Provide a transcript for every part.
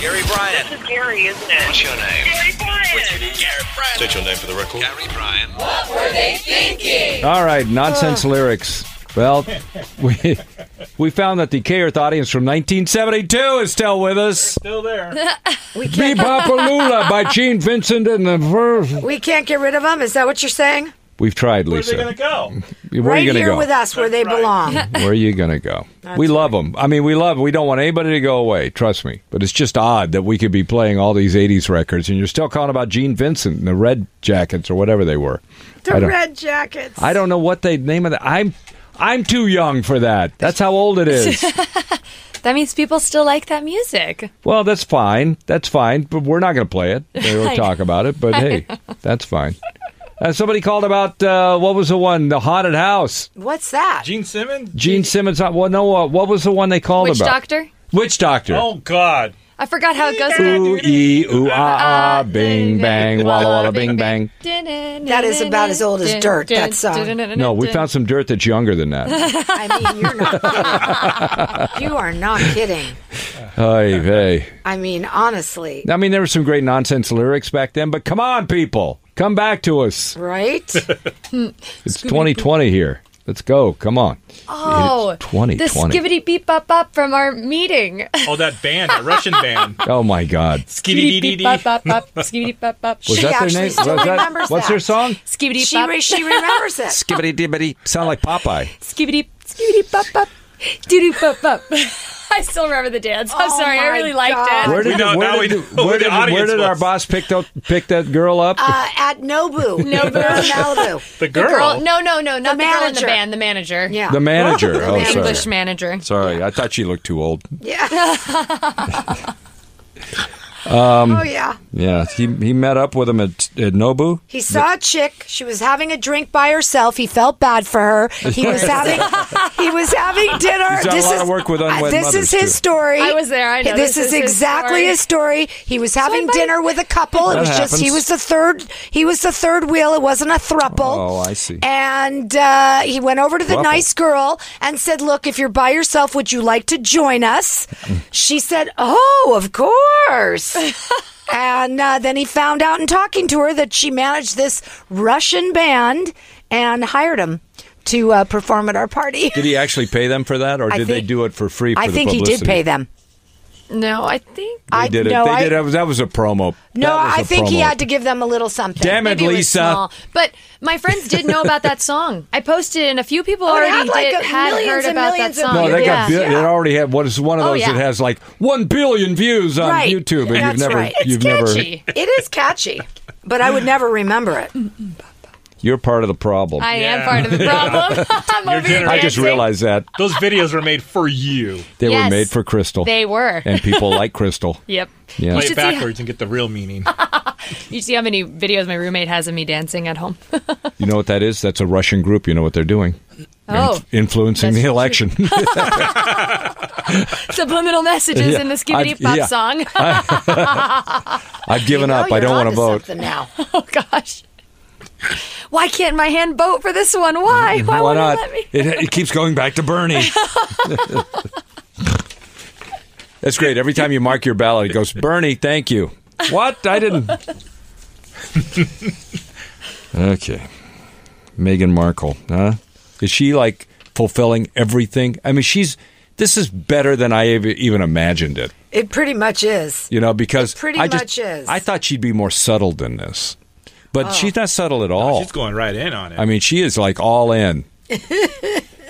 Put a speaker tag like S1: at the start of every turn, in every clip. S1: Gary Bryan.
S2: This is Gary, isn't it?
S1: What's your name?
S2: Gary Bryan.
S1: What's your name? Gary Bryan.
S3: State your name for the record.
S1: Gary Bryan.
S4: All right, nonsense lyrics. Well, we we found that the K Earth audience from 1972 is still with us.
S5: Still there.
S4: Bebopalula by Gene Vincent and the Verve.
S6: We can't get rid of them. Is that what you're saying?
S4: We've tried,
S5: Where's
S4: Lisa.
S5: it going to go?
S4: Where
S6: right
S4: are you going
S6: here
S4: to go?
S6: with us, where they
S5: That's right.
S6: belong.
S4: Where are you going to go? we love them. I mean, we love 'em. We don't want anybody to go away. Trust me. But it's just odd that we could be playing all these 80s records and you're still calling about Gene Vincent and the Red Jackets or whatever they were. I
S6: the
S4: don't-
S6: red jackets.
S4: I don't know what the name of that. I'm I'm too young for that. That's how old it is.
S7: That means people still like that music.
S4: Well, that's fine. That's fine. But we're not going to play it or talk about it. But hey, that's fine. Uh, somebody called about uh, what was the one? The haunted house.
S6: What's that?
S5: Gene Simmons?
S4: Gene Simmons. Well, no. Uh, what was the one they called
S7: Witch
S4: about?
S7: Doctor?
S4: Witch doctor.
S5: Oh, God.
S7: I forgot how it goes.
S4: Ooh ee ooh ah ah bing bang walla walla bing bang.
S7: That
S6: is about as old as dirt, that song.
S4: No, we found some dirt that's younger than that.
S6: I mean, you're not kidding. you are not kidding.
S4: hey, hey.
S6: I mean, honestly,
S4: I mean, there were some great nonsense lyrics back then, but come on, people, come back to us.
S6: right?
S4: It's 2020 here. Let's go. Come on.
S7: Oh,
S4: It's 2020.
S7: The skibbity beep bop bop from our meeting.
S5: Oh, that band, that Russian band.
S4: Oh my God.
S7: Skibbity beep bop
S5: Skiddy-dee-dee-dee.
S7: bop bop. Skibbity bop bop.
S4: Was that
S6: She
S4: their
S6: actually
S4: name?
S6: still
S4: Was that-
S6: remembers
S4: what's
S6: that.
S4: their song?
S7: Skibbity
S6: she,
S7: bop.
S6: re- she remembers it.
S4: Skibbity dibbity. Sound like Popeye.
S7: Skibbity skibbity bop bop. Doo doo bop bop. I still remember the dance. I'm
S6: Oh
S7: sorry. I
S6: my
S7: really liked
S6: God.
S7: it.
S4: Where did,
S5: know-
S4: where
S5: now we
S4: did,
S5: know who
S4: where
S5: the
S4: did, where
S5: audience
S4: did our
S5: was.
S4: boss pick, tho- pick that girl up?
S6: Uh, at Nobu.
S7: Nobu.
S6: Malibu.
S5: The
S7: The
S5: girl.
S7: girl. No, no, no. Not the, girl in the
S6: manager.
S7: band. The manager.
S6: Yeah.
S4: the manager.
S6: The
S4: oh, sorry.
S7: English manager.
S4: Sorry, I thought she looked too old.
S6: Yeah.
S4: Um,
S6: oh, yeah.
S4: Yeah, he, he met up with him at, at Nobu.
S6: He saw a chick. She was having a drink by herself. He felt bad for her. He was having he was having dinner.
S4: He's done a lot of work with unwed
S6: This
S4: mothers,
S6: is his
S4: too.
S6: story.
S7: I was there. I know.
S6: This, is, exactly his story. He was having
S7: invited-
S6: dinner with a couple.
S4: That
S6: it was just he
S4: happens.
S6: was the third. He was the third wheel. It wasn't a thruple.
S4: Oh, I see.
S6: And uh, he went over to the
S4: Thruple.
S6: nice girl and said, "Look, if you're by yourself, would you like to join us?" she said, "Oh, of course." And uh, then he found out in talking to her that she managed this Russian band and hired him to uh, perform at our party.
S4: Did he actually pay them for that, or
S6: I
S4: did they
S6: think-
S4: do it for free? For
S6: I
S4: the
S6: think he did
S4: publicity?
S6: pay them.
S7: No, I think.
S4: They
S6: I
S4: did it.
S6: no,
S4: they
S6: I-
S4: did it. That was- That was a promo.
S6: No,
S4: That was
S6: I
S4: a
S6: think he
S4: promo.
S6: had to give them a little something.
S4: Damn it,
S7: Maybe it was
S4: Lisa.
S7: small. But my friends did know about that song. I posted, and a few people
S6: Oh, it
S7: already
S6: had, like,
S7: did,
S6: a-
S7: had
S6: millions
S7: heard
S6: and
S7: about that
S6: millions of
S7: song.
S4: No, they
S7: Oh, yeah.
S4: got. Bi- It already had. What is one of
S7: Oh,
S4: those
S7: yeah.
S4: that has like one billion views on
S6: Right.
S4: YouTube, and
S6: That's
S4: you've never,
S6: right. It's
S4: you've never.
S7: catchy.
S6: It is catchy, but I would never remember it.
S4: You're part of the problem.
S7: I
S5: Yeah.
S7: am part of the problem. I'm over here
S5: generous.
S4: I just
S7: dancing.
S4: realized that
S5: Those videos were made for you.
S4: they
S7: Yes.
S4: were made for Crystal,
S7: they were.
S4: and people like Crystal.
S7: Yep.
S4: Yeah.
S5: Play
S7: You
S5: it
S7: should see how,
S5: backwards and get the real meaning.
S7: you see how many videos my roommate has of me dancing at home.
S4: You know what that is? That's a Russian group. You know what they're doing?
S7: oh,
S4: Influencing the
S7: That's true.
S4: election.
S7: subliminal messages in the
S4: Yeah, I've-
S7: skibbity pop
S4: yeah.
S7: song.
S4: I've given up.
S6: Oh,
S4: I don't want to
S6: you're onto
S4: vote.
S6: something Now.
S7: oh gosh. Why can't my hand vote for this one? Why? Why,
S4: Mm-hmm. Why
S7: won't it
S4: not?
S7: Let me?
S4: It, it keeps going back to Bernie. That's great. Every time you mark your ballot, it goes, Bernie, thank you. What? I didn't. okay. Meghan Markle, huh? Is she like fulfilling everything? I mean, she's. This is better than I ev- even imagined it,
S6: It pretty much is.
S4: you know, because
S6: It pretty
S4: I just,
S6: much is. Oh.
S4: I thought she'd be more subtle than this. But she's not subtle at
S7: Oh.
S4: all.
S5: She's going right in on it.
S4: I mean, she is like all in.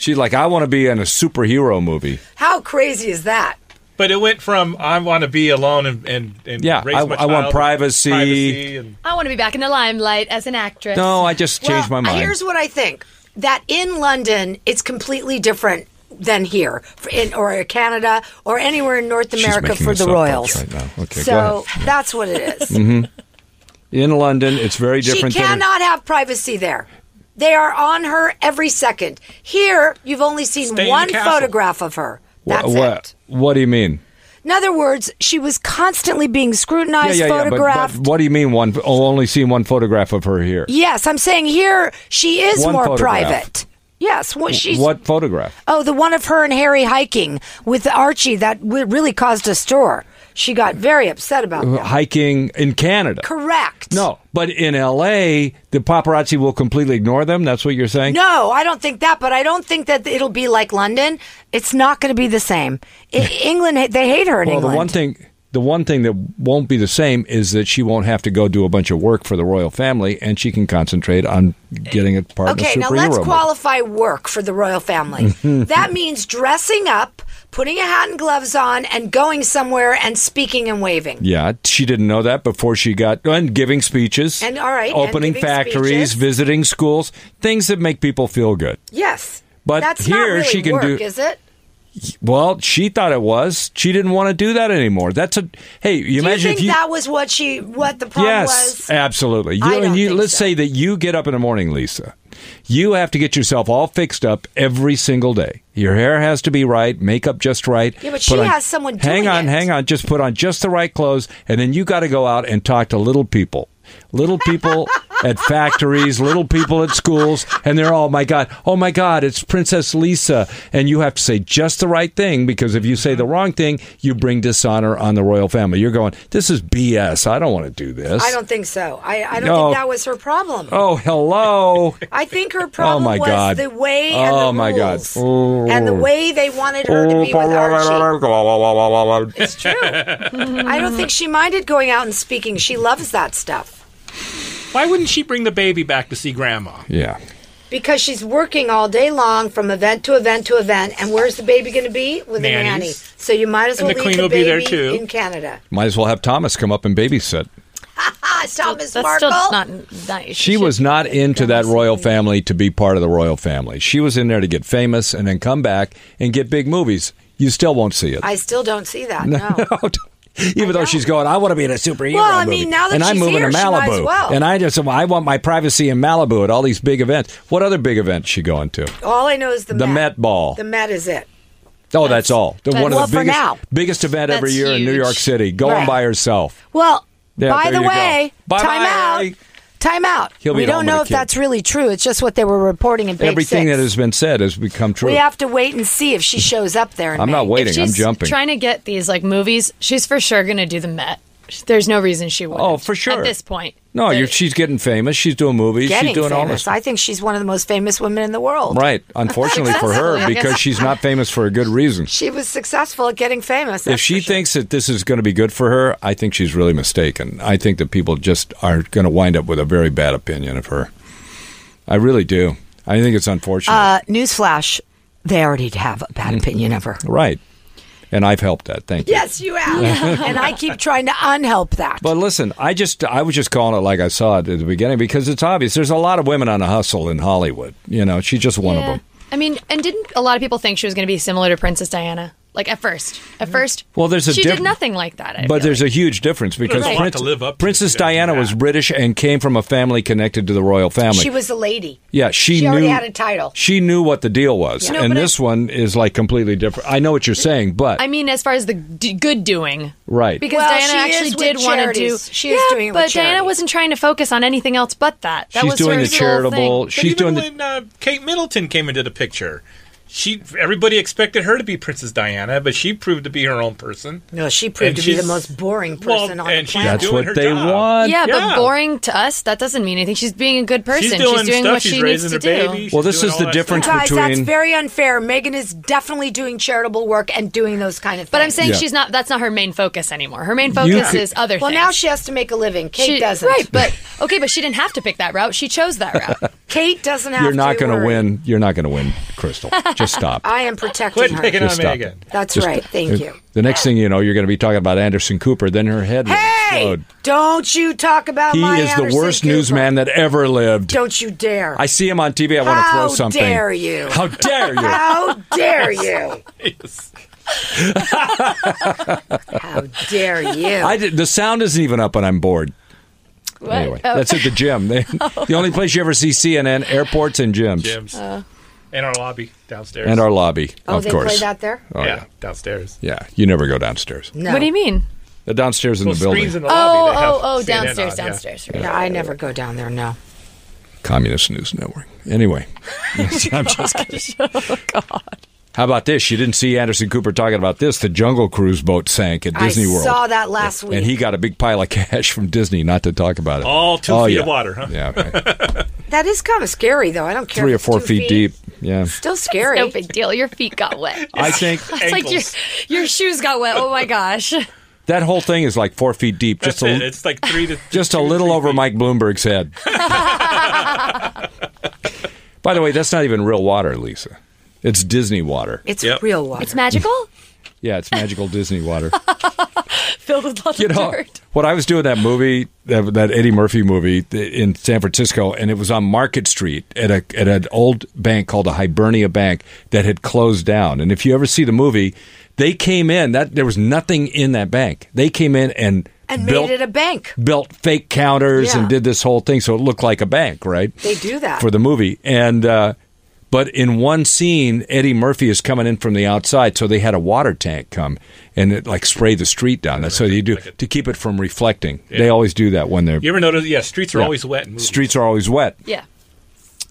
S4: she's like, I want to be in a superhero movie.
S6: How crazy is that?
S5: but it went from I want to be alone and and, and
S4: Yeah,
S5: raise
S4: I-
S5: my
S4: I want
S5: child,"
S4: privacy.
S5: privacy and
S7: I want to be back in the limelight as an actress.
S4: No, I just changed
S6: well,
S4: my mind.
S6: Here's what I think: that in London, it's completely different than here, for- in or Canada or anywhere in North
S4: She's
S6: America
S4: making
S6: for
S4: this
S6: the
S4: up, that's
S6: Royals.
S4: right now. Okay, go
S6: so that's what it is.
S4: In London, it's very different.
S6: She
S4: than-
S6: cannot have privacy there. They are on her every second. Here, you've only seen
S5: Stay in the
S6: one
S5: castle.
S6: photograph of her. That's
S4: what,
S6: it.
S4: what do you mean?
S6: In other words, she was constantly being scrutinized,
S4: but-
S6: photographed.
S4: But, what do you mean? One oh, only seen one photograph of her here.
S6: yes, I'm saying here she is
S4: One
S6: more
S4: photograph.
S6: private. Yes, well, she's
S4: What photograph?
S6: Oh, the one of her and Harry hiking with Archie that w- really caused a stir. She got very upset about that.
S4: Hiking in Canada.
S6: Correct.
S4: Uh, No, but in L.A., the paparazzi will completely ignore them. That's what you're saying.
S6: No, I don't think that, but I don't think that it'll be like London. It's not going to be the same. I- England, they hate her in
S4: Well,
S6: England.
S4: the one thing. The one thing that won't be the same is that she won't have to go do a bunch of work for the royal family, and she can concentrate on getting a part
S6: okay,
S4: in a
S6: now
S4: superhero.
S6: let's
S4: movie.
S6: qualify work for the royal family. that means dressing up, putting a hat and gloves on, and going somewhere and speaking and waving.
S4: Yeah, she didn't know that before she got and giving speeches
S6: And, all right, and
S4: opening
S6: giving
S4: factories,
S6: speeches.
S4: visiting schools, things that make people feel good.
S6: Yes.
S4: But
S6: That's not
S4: here
S6: really
S4: she can
S6: work,
S4: do-
S6: is it?
S4: Well, she thought it was. She didn't want to do that anymore. That's a hey. You
S6: Do you
S4: imagine
S6: think
S4: if you
S6: that was what she, what the problem
S4: yes,
S6: was?
S4: absolutely. You
S6: I don't
S4: and you.
S6: think
S4: let's
S6: so.
S4: say that you get up in the morning, Lisa. You have to get yourself all fixed up every single day. Your hair has to be right, makeup just right.
S6: Yeah, but
S4: Put
S6: she
S4: on-
S6: has someone
S4: Hang
S6: doing
S4: on,
S6: it.
S4: hang on. Just put on just the right clothes, and then you got to go out and talk to little people. Little people at factories, little people at schools, and they're all, my God, oh my God, it's Princess Lisa. And you have to say just the right thing because if you say the wrong thing, you bring dishonor on the royal family. You're going, this is BS. I don't want to do this.
S6: I don't think so. I, I don't
S4: No.
S6: think that was her problem.
S4: Oh, hello.
S6: I think her problem
S4: my
S6: was
S4: God.
S6: the way and
S4: Oh,
S6: the
S4: my God. Oh.
S6: rules and the way they wanted her to
S5: Oh,
S6: be with Archie. It's true. I don't think she minded going out and speaking. She loves that stuff
S5: why wouldn't she bring the baby back to see grandma?
S4: yeah.
S6: because she's working all day long from event to event to event. And where's the baby going to be with a nanny?
S5: Nannies.
S6: So you might as
S5: And
S6: well
S5: the
S6: leave
S5: queen
S6: the
S5: will be there,
S6: baby
S5: too.
S6: in Canada.
S4: Might as well have Thomas come up and babysit.
S6: Ah, Thomas
S7: That's
S6: Markle.
S7: still not nice.
S4: She was not into that royal family to be part of the royal family. She was in there to get famous and then come back and get big movies. You still won't see it.
S6: I still don't see that. No.
S4: Even though she's going, I want to be in a superhero
S6: Well, I
S4: movie,
S6: mean, now that
S4: and I'm
S6: she's
S4: moving
S6: here,
S4: to
S6: she might as
S4: Malibu,
S6: well."
S4: and I just I want my privacy in Malibu at all these big events. What other big events she going to?
S6: All I know is the,
S4: The
S6: Met.
S4: Met Ball.
S6: The Met is it.
S4: Oh, that's, all. The, one of
S6: well,
S4: the
S6: for
S4: biggest
S6: now.
S4: biggest event every
S7: That's
S4: year in New
S7: huge.
S4: York City, going
S6: Right.
S4: by herself.
S6: Well,
S4: Yeah,
S6: by
S4: there
S6: the
S4: you go.
S6: way,
S4: Bye-bye.
S6: time out. Time out.
S4: He'll be
S6: we
S4: at
S6: don't
S4: home with
S6: know
S4: a
S6: if
S4: kid.
S6: that's really true. It's just what they were reporting in Big
S4: Everything
S6: Six.
S4: that has been said has become true.
S6: We have to wait and see if she shows up there. In
S4: I'm
S6: May.
S4: not waiting. I'm
S7: she's
S4: jumping.
S7: Trying to get these like movies. She's for sure going to do the Met. There's no reason she wouldn't.
S4: Oh, for sure.
S7: At this point,
S4: no,
S7: There-
S4: you're, she's getting famous. She's doing movies. she's
S6: Getting
S4: doing all this.
S6: famous. I think she's one of the most famous women in the world.
S4: Right. Unfortunately for her,
S7: Successfully, I
S4: because
S7: guess.
S4: she's not famous for a good reason.
S6: She was successful at getting famous.
S4: If
S6: that's
S4: she
S6: for sure.
S4: thinks that this is going to be good for her, I think she's really mistaken. I think that people just are going to wind up with a very bad opinion of her. I really do. I think it's unfortunate.
S6: uh, newsflash, they already have a
S4: Mm.
S6: bad opinion of her.
S4: right. And I've helped that. Thank you.
S6: Yes, you have, and I keep trying to unhelp that.
S4: But listen, I just I was just calling it like I saw it at the beginning because it's obvious. There's a lot of women on a hustle in Hollywood. You know, she's just one of
S7: Yeah.
S4: them.
S7: I mean, and didn't a lot of people think she was going to be similar to Princess Diana? Like at first, at first.
S4: Mm. Well, there's a
S7: she
S4: diff-
S7: did nothing like that. I
S4: but
S7: feel
S4: there's a huge difference because
S5: There's a lot
S4: Prince-
S5: to live up to if
S4: Princess
S5: you don't do
S4: Diana was
S5: that.
S4: British and came from a family connected to the royal family.
S6: she was a lady.
S4: yeah, she,
S6: she
S4: knew
S6: already had a title.
S4: She knew what the deal was,
S7: No,
S4: and
S7: but I-
S4: this one is like completely different. I know what you're saying, but
S7: I mean, as far as the d- good doing,
S4: Right.
S7: Because
S6: Well,
S7: Diana
S6: she
S7: actually
S6: is with
S7: did want to do.
S6: charities. She is
S7: Yeah,
S6: doing it
S7: but
S6: with
S7: Diana
S6: charities.
S7: wasn't trying to focus on anything else but that. that
S4: she's
S7: was
S4: doing
S7: her
S4: the
S7: sole
S4: charitable.
S7: thing.
S5: But
S4: She's
S5: even
S4: doing the
S5: when uh, Kate Middleton came into the picture. she everybody expected her to be Princess Diana, but she proved to be her own person.
S6: No, she proved
S5: And
S6: to be the
S5: she's-
S6: most boring
S5: Well,
S6: person on
S5: and
S6: the
S5: she's
S6: planet.
S4: That's
S5: doing
S4: what
S5: her
S4: they
S5: job.
S4: want.
S7: Yeah,
S5: Yeah.
S7: but boring to us, that doesn't mean anything. She's being a good person.
S5: She's doing, stuff.
S7: what
S5: she's
S7: she needs
S5: raising
S7: to
S5: her
S7: do.
S5: baby. she's
S4: Well, this
S5: doing
S4: is the
S5: all that
S4: difference
S5: stuff.
S6: Guys, that's
S4: between-
S6: very unfair. Megan is definitely doing charitable work and doing those kind of things.
S7: But I'm saying
S4: Yeah.
S7: she's not. That's not her main focus anymore. Her main focus
S4: could-
S7: is other
S6: well,
S7: things.
S6: now she has to make a living. Kate
S7: She-
S6: doesn't.
S7: Right, but okay, but she didn't have to pick that route. She chose that route.
S6: Kate doesn't have
S4: You're not
S6: to
S4: going to
S6: worry.
S4: win. You're not going to win, Crystal. Just stop.
S6: I am protecting
S5: Quit
S6: her.
S5: picking
S4: Just
S5: on
S4: stop
S5: Megan.
S4: it.
S6: That's
S4: Just- uh,
S6: right. Thank you.
S4: The next thing you know, you're going to be talking about Anderson Cooper. Then her head will
S6: Hey,
S4: explode.
S6: don't you talk about
S4: uh, He
S6: my
S4: is the
S6: Anderson
S4: worst
S6: Cooper.
S4: newsman that ever lived.
S6: Don't you dare.
S4: I see him on TV. I want to
S6: How
S4: throw something.
S6: dare you.
S4: How dare you?
S6: How dare you? How dare you?
S4: I did, the sound isn't even up when I'm bored.
S7: What?
S4: Anyway,
S7: Oh.
S4: that's at the gym. They,
S6: Oh.
S4: the only place you ever see CNN airports and gyms
S5: Gyms. and our lobby downstairs.
S4: and our lobby,
S6: oh,
S4: of
S6: they
S4: course.
S6: play that there?
S4: Oh,
S5: yeah,
S4: yeah.
S5: downstairs.
S4: Yeah, you never go downstairs.
S6: No.
S7: What do you mean?
S4: The downstairs in
S5: Well,
S4: the building.
S5: screens in the
S7: Oh,
S5: lobby. they have
S7: oh, oh,
S5: CNN
S7: downstairs,
S5: on, yeah.
S7: downstairs.
S6: No, I never go down there, no.
S4: Communist News Network. Anyway, I'm just kidding.
S6: Oh,
S4: How about this? You didn't see Anderson Cooper talking about this. The Jungle Cruise boat sank at Disney
S6: I
S4: World.
S6: saw that last week.
S4: And he got a big pile of cash from Disney not to talk about it.
S5: All two
S4: two
S5: feet of water, huh?
S4: Yeah, right.
S6: that is kind of scary, though. I don't care.
S4: three
S6: if
S4: or four
S6: it's two
S4: feet, deep. Yeah.
S6: Still scary.
S7: No big deal. Your feet got wet.
S4: I think
S7: It's like your
S5: Ankles.
S7: your shoes got wet. Oh my gosh.
S4: that whole thing is like four feet deep.
S5: That's
S4: just a,
S5: it. It's like three to
S4: just a
S5: two,
S4: little
S5: three
S4: over
S5: feet.
S4: Mike Bloomberg's head. By the way, that's not even real water, Lisa. It's Disney water.
S6: It's
S5: Yep.
S6: real water.
S7: It's magical.
S4: Yeah, it's magical Disney water.
S7: Filled with lots
S4: you
S7: of
S4: know,
S7: dirt.
S4: when I was doing that movie, that, that Eddie Murphy movie th- in San Francisco, and it was on Market Street at a at an old bank called the Hibernia Bank that had closed down. And if you ever see the movie, they came in that there was nothing in that bank. They came in and
S6: and
S4: built,
S6: made it a bank.
S4: built fake counters
S6: Yeah.
S4: and did this whole thing, so it looked like a bank, right?
S6: They do that.
S4: for the movie. And uh, but in one scene, Eddie Murphy is coming in from the outside, so they had a water tank come and it like spray the street down. That's what you do to keep it from reflecting. They always do that when they're
S5: You ever notice? Yeah, streets are
S4: yeah.
S5: always wet. In movies.
S4: Streets are always wet,
S7: Yeah.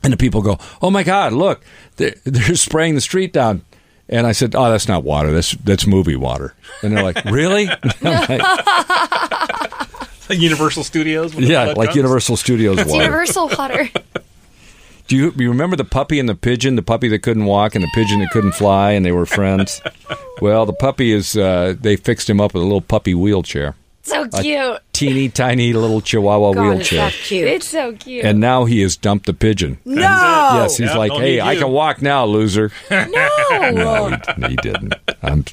S4: and the people go, "Oh my God, look, they're, they're spraying the street down." And I said, "Oh, that's not water. That's that's movie water." And they're like, "Really?" I'm like,
S5: Like Universal Studios. when the
S4: yeah,
S5: flood
S4: like
S5: comes.
S4: Universal Studios
S7: It's
S4: water.
S7: universal water.
S4: Do you, you remember the puppy and the pigeon? The puppy that couldn't walk and the pigeon that couldn't fly, and they were friends. well, the puppy is, uh, they fixed him up with a little puppy wheelchair.
S7: So cute.
S4: Teeny tiny little chihuahua
S6: God, is
S4: wheelchair.
S6: that cute?
S7: It's so cute.
S4: And now he has dumped the pigeon.
S6: no.
S4: Yes, he's
S5: Yeah,
S4: like,
S5: don't
S4: hey,
S5: need
S4: I
S5: you."
S4: can walk now, loser.
S7: no.
S4: no, he, he didn't. I'm,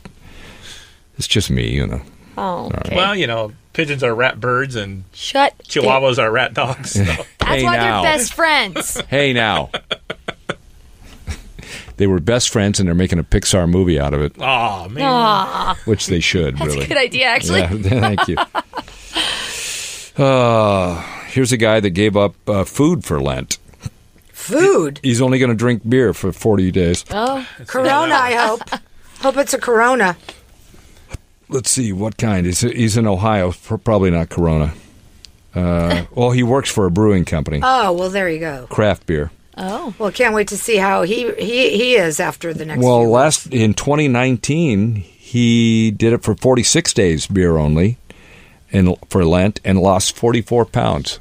S4: it's just me, you know.
S7: Oh, okay.
S5: Well, you know, pigeons are rat birds and
S7: Shut. it.
S5: chihuahuas are rat dogs. so.
S7: That's
S4: hey,
S7: why
S4: now.
S7: they're best friends.
S4: Hey, now. they were best friends, and they're making a Pixar movie out of it,
S5: Aw, man.
S4: which they should, really.
S7: Good idea, actually.
S4: Yeah, thank you. Uh, here's a guy that gave up uh, food for Lent.
S6: Food.
S4: He's only going to drink beer for 40 days.
S6: Corona, I hope. Hope it's a Corona.
S4: Let's see what kind. He's, he's in Ohio. Pr- Probably not Corona. Uh, well, he works for a brewing company,
S6: Oh, well, there you go.
S4: craft beer.
S7: Oh.
S6: Well, can't wait to see how he he, he is after the next.
S4: Well,
S6: few
S4: last in 2019, he did it for 46 days, beer only, and for Lent, and lost 44 pounds.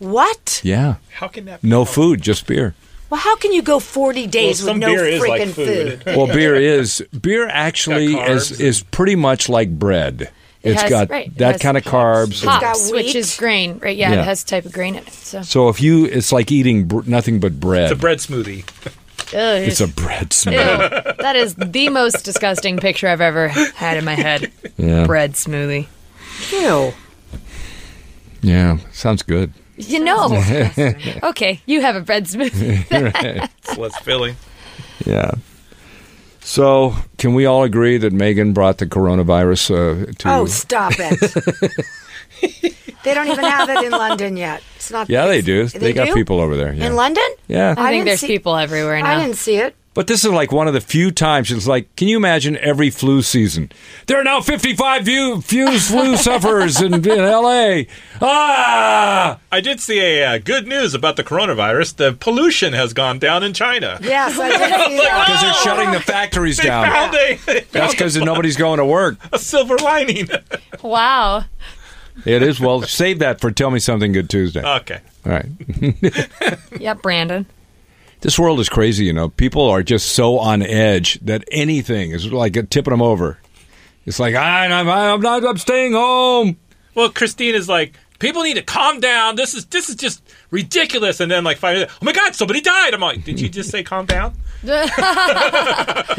S6: What?
S4: Yeah,
S5: How can that? be
S4: no
S5: healthy?
S4: food, just beer.
S6: Well, how can you go 40 days
S5: Well, some
S6: with no
S5: beer is
S6: freaking
S5: like
S6: food?
S5: food.
S4: Well, beer is beer actually
S5: It's got carbs
S4: is is pretty much like bread.
S7: It
S4: has
S7: has-
S4: got
S7: right, it
S4: that
S7: has
S4: kind of carbs.
S6: got
S7: Hops,
S6: wheat.
S7: which is grain, right? Yeah,
S4: Yeah.
S7: it has a type of grain in it. So
S4: So if you, it's like eating br- nothing but bread.
S5: It's a bread smoothie.
S7: Ugh,
S4: It's a bread
S7: ew.
S4: smoothie.
S7: that is the most disgusting picture I've ever had in my head.
S4: Yeah.
S7: Bread smoothie.
S6: Ew.
S4: Yeah, sounds good.
S7: You know. okay, you have a bread smoothie.
S5: It's less filling.
S4: Yeah. So can we all agree that Megan brought the coronavirus uh, to?
S6: Oh, stop it. they don't even have it in London yet. It's not.
S4: yeah, they do.
S6: it's-
S4: They, got
S6: do?
S4: people over there. Yeah.
S6: in London.
S4: yeah.
S7: I,
S6: I
S7: think
S6: didn't
S7: there's
S6: see-
S7: people everywhere
S6: I
S7: now.
S6: didn't see it.
S4: But this is like one of the few times it's like, can you imagine every flu season? There are now 55 view, few flu sufferers in, in LA. Ah!
S5: I did see a uh, good news about the coronavirus. The pollution has gone down in China.
S6: Yes, I did see that.
S4: Because they're shutting the factories
S5: They
S4: down.
S5: found a, they
S4: That's
S5: found
S4: because nobody's going to work.
S5: a silver lining.
S7: Wow.
S4: It is. Well, save that for Tell Me Something Good Tuesday.
S6: Uh.
S4: All
S5: okay.
S4: right.
S7: Yep, Brandon.
S4: This world is crazy, you know. People are just so on edge that anything is like tipping them over. It's like, I'm, I'm, I'm, not, I'm staying home.
S5: Well, Christine is like, people need to calm down. This is this is just ridiculous. And then like five minutes, oh my god, somebody died. I'm like, did you just say calm down?
S4: And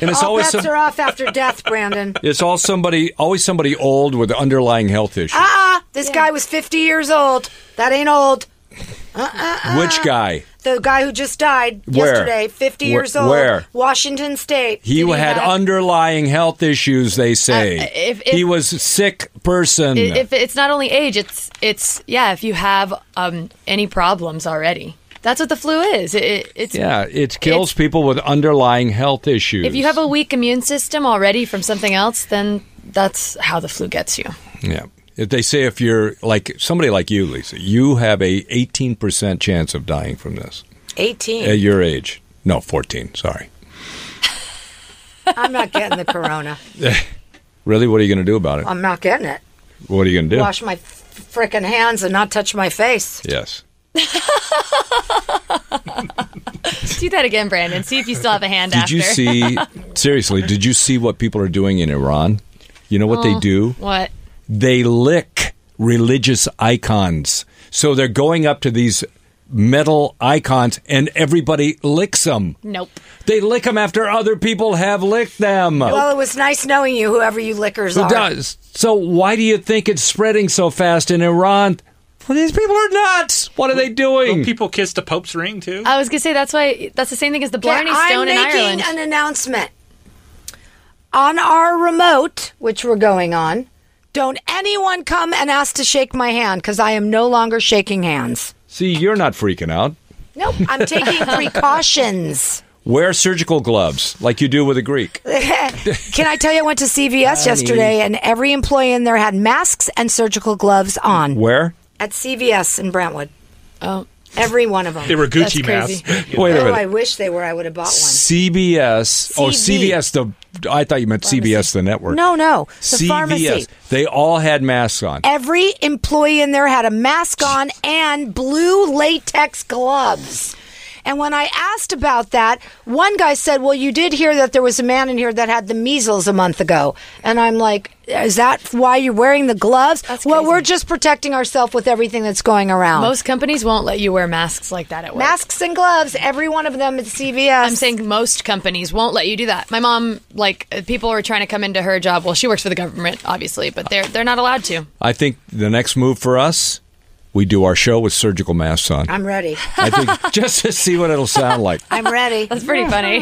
S4: it's
S6: All
S4: always
S6: bets
S4: some,
S6: are off after death, Brandon.
S4: it's all somebody always somebody old with underlying health issues.
S6: Ah, this guy was 50 years old. That ain't old.
S7: Uh,
S4: Which guy?
S6: The guy who just died
S4: Where?
S6: yesterday, 50
S4: Wh-
S6: years old.
S4: where?
S6: Washington State.
S4: He
S7: Did he
S4: had
S7: have-
S4: underlying health issues. They say
S7: Uh, if- if-
S4: he was a sick person.
S7: I- If it's not only age, it's it's yeah. If you have um, any problems already, that's what the flu is. It- It, it's
S4: yeah, it kills
S7: it's-
S4: people with underlying health issues.
S7: If you have a weak immune system already from something else, then that's how the flu gets you.
S4: Yeah. If they say if you're like somebody like you, Lisa, you have a 18% chance of dying from this
S6: 18.
S4: at your age. No, 14, sorry.
S6: I'm not getting the corona.
S4: Really, what are you going to do about it?
S6: I'm not getting it.
S4: What are you going to do?
S6: Wash my frickin' hands and not touch my face.
S4: Yes.
S7: Do that again, Brandon. See if you still have a hand
S4: Did
S7: after.
S4: you see seriously, did you see what people are doing in Iran? You know what they
S7: Oh.
S4: do?
S7: what?
S4: they lick religious icons. So they're going up to these metal icons and everybody licks them.
S7: Nope.
S4: They lick them after other people have licked them.
S6: Well, it was nice knowing you, whoever you lickers
S4: Who
S6: are.
S4: does? So why do you think it's spreading so fast in Iran? Well, these people are nuts. What are they
S5: Don't
S6: Hmm.
S4: doing?
S5: people kiss the Pope's ring too?
S7: I was gonna say that's why that's the same thing as the Blarney
S6: Okay, I'm
S7: Stone in
S6: making
S7: Ireland.
S6: an announcement. On our remote, which we're going on, don't anyone come and ask to shake my hand because I am no longer shaking hands.
S4: See, you're not freaking out.
S6: Nope, I'm taking precautions.
S4: Wear surgical gloves like you do with a Greek.
S6: Can I tell you, I went to CVS yesterday and every employee in there had masks and surgical gloves on
S4: Where?
S6: at CVS in Brentwood.
S7: oh,
S6: Every one of
S5: they
S6: them.
S5: were
S7: that's
S5: Gucci
S7: crazy.
S5: masks.
S4: Wait a
S6: Oh, I
S4: minute.
S6: wish they were. I would have bought one.
S4: CBS. Oh,
S6: CV.
S4: CVS. The I thought you meant CBS, the network.
S6: No, no, the
S4: CVS.
S6: pharmacy.
S4: They all had masks on.
S6: Every employee in there had a mask on and blue latex gloves. And when I asked about that, one guy said, Well, you did hear that there was a man in here that had the measles a month ago. And I'm like, Is that why you're wearing the gloves? well,
S7: crazy.
S6: we're just protecting ourselves with everything that's going around.
S7: most companies won't let you wear masks like that at work.
S6: masks and gloves, every one of them at CVS.
S7: I'm saying most companies won't let you do that. My mom, like, uh, people were trying to come into her job. Well, she works for the government, obviously, but they're they're not allowed to.
S4: I think the next move for us, we do our show with surgical masks on.
S6: I'm ready.
S4: I think just to see what it'll sound like.
S6: I'm ready.
S7: That's pretty funny.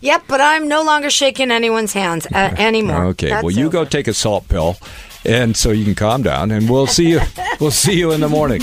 S6: yep, but I'm no longer shaking anyone's hands uh, anymore.
S4: Okay.
S6: That's
S4: well, you
S6: over.
S4: go take a salt pill, and so you can calm down, and we'll see you. We'll see you in the morning.